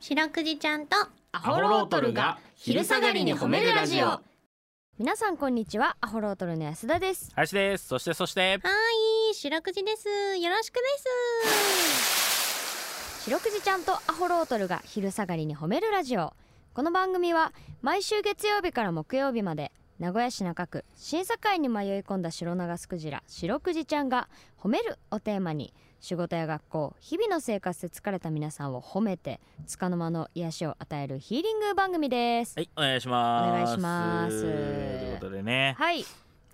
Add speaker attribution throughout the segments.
Speaker 1: 白くじちゃんとア
Speaker 2: ホロートルが昼下がりに褒めるラジオ
Speaker 3: 皆さんこんにちはアホロートルの安田です
Speaker 4: 林ですそしてそして
Speaker 1: はい白くじですよろしくです
Speaker 3: 白くじちゃんとアホロートルが昼下がりに褒めるラジオこの番組は毎週月曜日から木曜日まで名古屋市中区審査会に迷い込んだ白長スクジラ白くじちゃんが「褒める」をテーマに仕事や学校日々の生活で疲れた皆さんを褒めて束の間の癒しを与えるヒーリング番組です
Speaker 4: はいお願いします
Speaker 3: お願いします
Speaker 4: ということでね、
Speaker 3: はい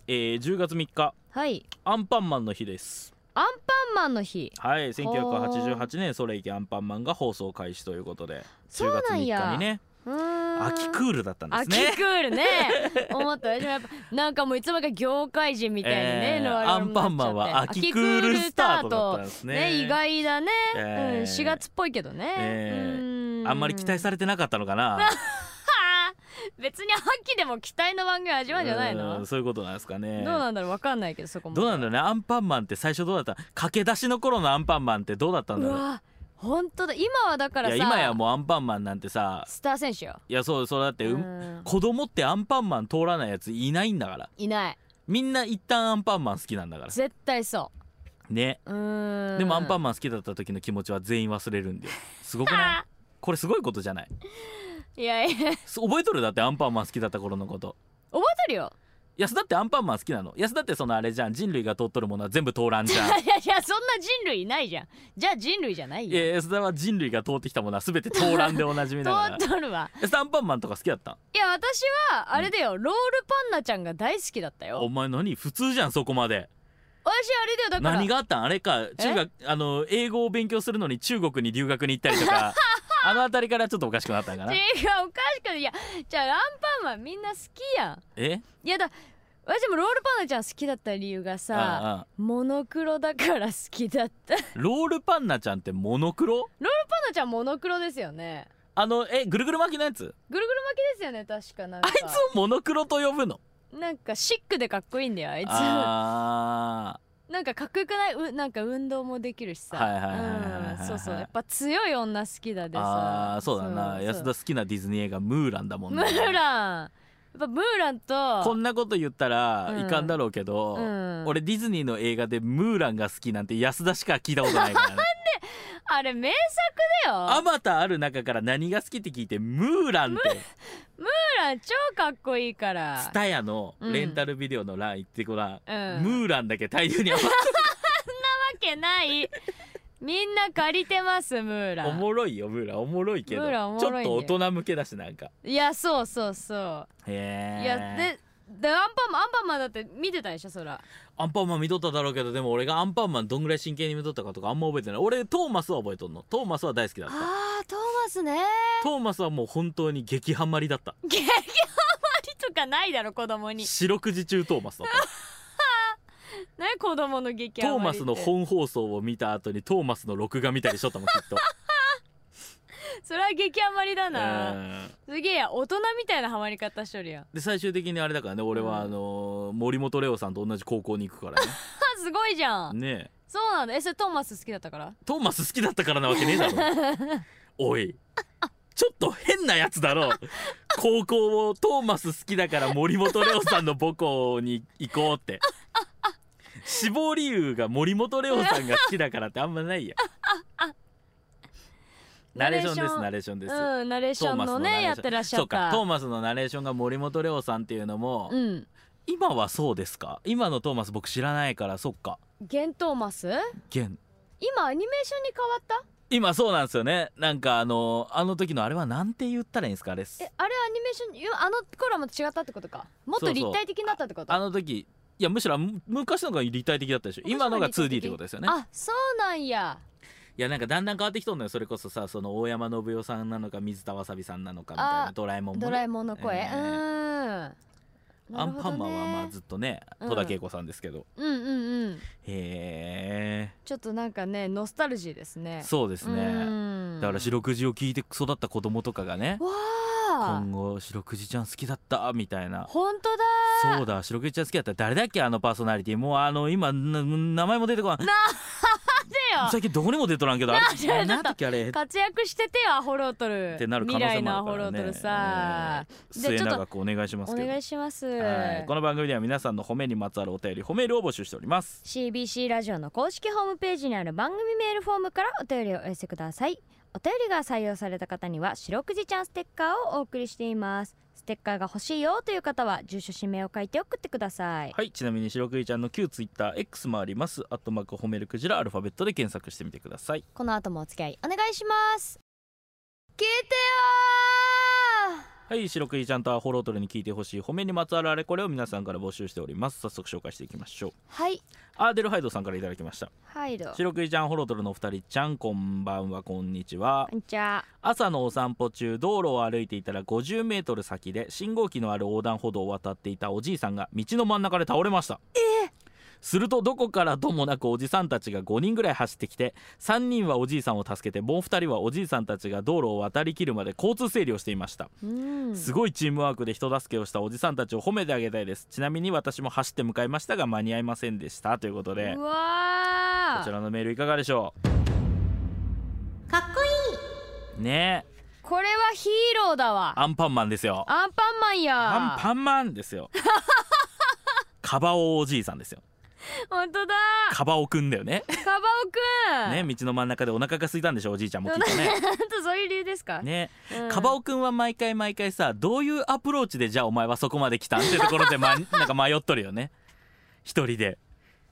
Speaker 4: えー、10月3日
Speaker 3: はい
Speaker 4: アンパンマンの日です
Speaker 3: アンパンマンの日
Speaker 4: はい1988年それいけアンパンマンが放送開始ということで
Speaker 3: そう
Speaker 4: 10月
Speaker 3: な
Speaker 4: 3
Speaker 3: んや
Speaker 4: 日にね
Speaker 3: うーん
Speaker 4: 秋クールだったんです
Speaker 3: 秋
Speaker 4: ね
Speaker 3: クールね思ったでもやっぱなんかもういつもか業界人みたいにね、
Speaker 4: えー
Speaker 3: のあれになっちゃって
Speaker 4: アンパンマンは秋クールスタートだったんですね
Speaker 3: 秋クールスタートね意外だね、う
Speaker 4: えー
Speaker 3: ん、4月っぽいけどね、
Speaker 4: え
Speaker 3: う
Speaker 4: あんまり期待されてなかったの かな
Speaker 3: はあ別に秋でも期待の番組味わうんじゃないの
Speaker 4: う
Speaker 3: ど
Speaker 4: ん
Speaker 3: う
Speaker 4: そういうことなんですかね
Speaker 3: なんだろうわかんないけどそこも
Speaker 4: どうなんだろうねアンパンマンって最初どうだった駆け出しの頃のアンパンマンってどうだったんだ
Speaker 3: う
Speaker 4: ろう
Speaker 3: わ本当だ今はだから
Speaker 4: いや
Speaker 3: さ
Speaker 4: 今やもうアンパンマンなんてさ
Speaker 3: スター選手よ
Speaker 4: いやそうそうだって、う
Speaker 3: うん
Speaker 4: 子供ってアンパンマン通らないやついないんだから
Speaker 3: いない
Speaker 4: みんな一旦アンパンマン好きなんだから
Speaker 3: 絶対そ
Speaker 4: ね
Speaker 3: ううーん
Speaker 4: でもアンパンマン好きだった時の気持ちは全員忘れるんだよすご くないこれすごいことじゃない
Speaker 3: いやいや覚え
Speaker 4: す覚えとるだってアンパンマン好きだった頃のこと
Speaker 3: てるよ
Speaker 4: 安田ってアンパンマン好きなの安田ってそのあれじゃん人類が通っとるものは全部通らんじゃん
Speaker 3: いやいやそんな人類いないじゃんじゃあ人類じゃない
Speaker 4: い
Speaker 3: よ
Speaker 4: や安田は人類が通ってきたものは全て通らんでおなじ み
Speaker 3: 通
Speaker 4: だから
Speaker 3: っとるわ
Speaker 4: 安田アンパンマンとか好きだった
Speaker 3: いや私はあれだよ、ロールパンナちゃんが大好きだった
Speaker 4: お
Speaker 3: よ
Speaker 4: 前何普通じゃんそこまで
Speaker 3: 私あれだよだから
Speaker 4: 何があったんあれか中学あの英語を勉強するのに中国に留学に行ったり とかあの辺りからちょっとおかしくなったんかな
Speaker 3: 違うおかしくないいやじゃあアンパンマンみんな好きや
Speaker 4: え
Speaker 3: んいやだ私もロールパンナちゃん好きだった理由がさ
Speaker 4: ああ
Speaker 3: モノクロだから好きだったロール
Speaker 4: ロールパンナちゃんってモノクロ
Speaker 3: パンナちゃんモノクロですよね
Speaker 4: あのえぐるぐる巻きのやつ
Speaker 3: ぐるぐる巻きですよね確かなん
Speaker 4: あ
Speaker 3: か
Speaker 4: いつをモノクロと呼ぶの
Speaker 3: なんかシックでかっこいいんだよあいつ
Speaker 4: あ
Speaker 3: なんかかっこよくないうなんか運動もできるしさ
Speaker 4: はいはいはいはいはい
Speaker 3: うんそうそうやっぱ強い女好きだ
Speaker 4: ー
Speaker 3: でさ
Speaker 4: あーそうだな
Speaker 3: そうそう
Speaker 4: 安田好きなディズニー映画ムーランだもん
Speaker 3: ム
Speaker 4: ね
Speaker 3: ーランやっぱムーランと
Speaker 4: こんなこと言ったらいかんだろうけど、
Speaker 3: うん
Speaker 4: 俺ディズニーの映画でムーランが好きなんて安田しか聞いたことないからね
Speaker 3: あれ名作だよ
Speaker 4: あまたある中から何が好きって聞いてムーランって
Speaker 3: ムーラン超かっこいいから
Speaker 4: スタヤのレンタルビデオの欄行ってごらん、
Speaker 3: うん
Speaker 4: ムーランだけ大量に余っ
Speaker 3: わけないみんな借りてますムーラ
Speaker 4: お
Speaker 3: ン
Speaker 4: もろいよムーランおもろいけど
Speaker 3: ムーランおも
Speaker 4: ちょ
Speaker 3: ろいね
Speaker 4: っと大人向けだしなんか
Speaker 3: いやそうそうそう
Speaker 4: へえ
Speaker 3: いやででアンパンマンアンパンマンだって見てたでしょそら
Speaker 4: アンパンマン見とっただろうけどでも俺がアンパンマンどんぐらい真剣に見とったかとかあんま覚えてない俺トーマスは覚えとんのトーマスは大好きだった
Speaker 3: あートーマスね
Speaker 4: トーマスはもう本当に激ハマりだった
Speaker 3: 激ハマりとかないだろ子供に
Speaker 4: 四六時中トーマスだった
Speaker 3: ね子供の激
Speaker 4: ト
Speaker 3: ハ
Speaker 4: ー
Speaker 3: マ
Speaker 4: マ
Speaker 3: り
Speaker 4: ス
Speaker 3: って
Speaker 4: の本放送を見た後にトーマスの録画見たりしとったもんきっと
Speaker 3: それは激ハマりだ な、
Speaker 4: うん
Speaker 3: すげえや大人みたいなハマり方しとるやんあ
Speaker 4: で最終的にあれだからね俺はあのー森本レオさんと同じ高校に行くから
Speaker 3: すごいじゃ ん
Speaker 4: ねねえ
Speaker 3: そうなんだえそれトーマス好きだったから
Speaker 4: トーマス好きだったからなわけねえだろ おいちょっと変なやつだろ高校をトーマス好きだから森本レオさんの母校に行こうって志望理由が森本レオさんが好きだからってあんまないやナレーションですナレーションです、
Speaker 3: うんナレーションの
Speaker 4: ナレ
Speaker 3: ね
Speaker 4: ーション
Speaker 3: やってらっしゃ
Speaker 4: そう
Speaker 3: っ
Speaker 4: か
Speaker 3: た
Speaker 4: トーマスのナレーションが森本レオさんっていうのも、
Speaker 3: うん
Speaker 4: 今はそうですか今のトーマス僕知らないからそっか
Speaker 3: ゲントーマス
Speaker 4: 現
Speaker 3: 今アニメーションに変わっ
Speaker 4: 今そうなんですよねなんかあのあの時のあれはなんて言ったらいいんですかあれ
Speaker 3: たえあれアニメーションいやあの頃も違ったってことかもっ
Speaker 4: そ
Speaker 3: と
Speaker 4: うそう
Speaker 3: 立体的になったってこと
Speaker 4: あの時いやむしろむ昔の方が立体的だったでしょ今のが 2D ってことですよね
Speaker 3: あそうなんや
Speaker 4: いやなんかだんだん変わってきとんのよそれこそさその大山信代さんなのか水田わさびさんなのかみたいな
Speaker 3: あ
Speaker 4: ドラえもんも、ね、
Speaker 3: ドラえもんの声、
Speaker 4: えー
Speaker 3: うーんな
Speaker 4: ア
Speaker 3: る
Speaker 4: ン
Speaker 3: ほどね
Speaker 4: パンマンはまあずっとね
Speaker 3: うん
Speaker 4: 戸田恵子さんですけど、
Speaker 3: うんうんうん
Speaker 4: へ
Speaker 3: ちょっとなんかねノスタルジーです
Speaker 4: え
Speaker 3: ね
Speaker 4: そうですね
Speaker 3: ね
Speaker 4: だから四
Speaker 3: わ
Speaker 4: 六時を聞いて育った子供とかがね
Speaker 3: あ
Speaker 4: 今後四六時ちゃん好きだったみたいな
Speaker 3: 本当だ
Speaker 4: そうだ白毛ちゃん好きだった誰だっけあのパーソナリティもうあの今な名前も出てこない
Speaker 3: なんでよ
Speaker 4: 最近どこにも出とらんけどあ
Speaker 3: ちょっと
Speaker 4: れなんだっけあれ
Speaker 3: 活躍しててよアホロートル
Speaker 4: ってなる可能
Speaker 3: 未来
Speaker 4: 性も
Speaker 3: の
Speaker 4: あ
Speaker 3: ア
Speaker 4: るか
Speaker 3: ホロ
Speaker 4: ら
Speaker 3: ー
Speaker 4: ね
Speaker 3: トルさ、
Speaker 4: えー
Speaker 3: じゃあち
Speaker 4: 末
Speaker 3: ょっと
Speaker 4: 永くお願いします
Speaker 3: お
Speaker 4: けど
Speaker 3: 願いします、
Speaker 4: はいこの番組では皆さんの褒めにまつわるお便り褒めるを募集しております
Speaker 3: CBC ラジオの公式ホームページにある番組メールフォームからお便りをお寄せくださいお便りが採用された方には「白くじちゃんステッカー」をお送りしていますステッカーが欲しいよという方は住所氏名を書いて送ってください
Speaker 4: はいちなみに白クイちゃんの旧ツイッター X もありますアットマーク褒めるクジラアルファベットで検索してみてください
Speaker 3: この後もお付き合いお願いします聞いてよ
Speaker 4: はい白クイちゃんとアホロートルに聞いてほしい褒めにまつわるあれこれを皆さんから募集しております早速紹介していきましょう
Speaker 3: ーはい
Speaker 4: アーデルハイドさんからいただきました
Speaker 3: はいどうこ
Speaker 4: 白クイちゃんアホロートルのお二人ちゃんこんばんはこんにちは
Speaker 3: んにちは
Speaker 4: 朝のお散歩中道路を歩いていたら50メートル先で信号機のある横断歩道を渡っていたおじいさんが道の真ん中で倒れましたするとどこからともなくおじさんたちが5人ぐらい走ってきて3人はおじいさんを助けてもう2人はおじいさんたちが道路を渡りきるまで交通整理をしていました
Speaker 3: うん
Speaker 4: すごいチームワークで人助けをしたおじさんたちを褒めてあげたいですちなみに私も走って向かいましたが間に合いませんでしたということで
Speaker 3: う
Speaker 4: こ
Speaker 3: わー
Speaker 4: ちらのメールいかがでしょ
Speaker 1: かっこいいう
Speaker 4: ねえ
Speaker 3: これはヒーローだわ
Speaker 4: アンパンマンですよ
Speaker 3: アンパンマンや
Speaker 4: アンパンマンで すよカバオおじいさんですよ
Speaker 3: 本当だ
Speaker 4: カバオくんだよね
Speaker 3: カバオくん
Speaker 4: ね道の真ん中でお腹が空いたんでしょおじいちゃんもきっとね
Speaker 3: あんたそういう理由ですか、
Speaker 4: ね、
Speaker 3: うん
Speaker 4: カバオくんは毎回毎回さどういうアプローチでじゃあお前はそこまで来たんってところで、ま、 なんか迷っとるよね一人で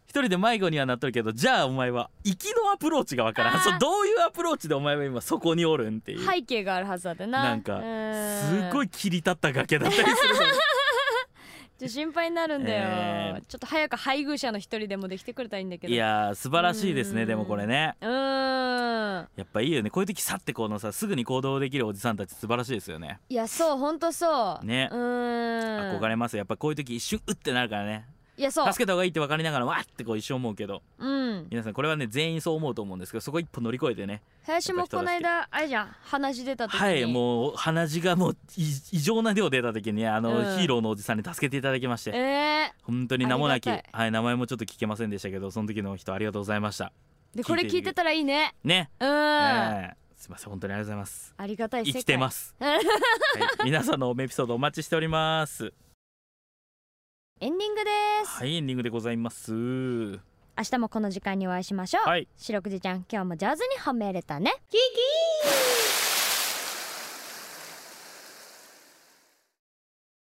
Speaker 4: 一人で迷子にはなっとるけどじゃあお前は行きのアプローチがわから
Speaker 3: あ
Speaker 4: ん
Speaker 3: ー
Speaker 4: そうどういうアプローチでお前は今そこにおるんっていう、
Speaker 3: 背景があるはずだってな
Speaker 4: なんかすご
Speaker 3: い
Speaker 4: い切り立った崖だったりするのに
Speaker 3: ちょっと心配になるんだよ、
Speaker 4: えー
Speaker 3: ちょっと早く配偶者の一人でもできてくれたらいいん だけど
Speaker 4: いやー素晴らしいですねでもこれね
Speaker 3: うーん
Speaker 4: やっぱいいよねこういう時さってこのさすぐに行動できるおじさんたち素晴らしいですよね、
Speaker 3: いやそうほんとそう
Speaker 4: ね
Speaker 3: うーん
Speaker 4: 憧れますやっぱこういう時一瞬うってなるからね
Speaker 3: いやそう
Speaker 4: 助けた方がいいって分かりながらわーってこう一瞬思うけど
Speaker 3: うん
Speaker 4: 皆さんこれはね全員そう思うと思うんですけどそこ一歩乗り越えてね
Speaker 3: 林もこの間あれじゃん話出た時に
Speaker 4: はいもう鼻血がもうい異常な量出た時にあの、
Speaker 3: うん
Speaker 4: ヒーローのおじさんに助けていただきまして、
Speaker 3: え
Speaker 4: 本当に名もなき
Speaker 3: ありが
Speaker 4: はい、名前もちょっと聞けませんでしたけどその時の人ありがとうございました
Speaker 3: ー、でこれ聞いてたらいいね
Speaker 4: ね、
Speaker 3: うん、
Speaker 4: えーすいません本当にありがとうございます
Speaker 3: ありがたい世
Speaker 4: 生
Speaker 3: 界
Speaker 4: きてます、はい、皆さんのおめエピソードお待ちしております
Speaker 3: エンディングです、
Speaker 4: はいエンディングでございます
Speaker 3: 明日もこの時間にお会いしましょう、
Speaker 4: はい
Speaker 3: 白くじちゃん今日もジャズに褒めれたね
Speaker 1: キキー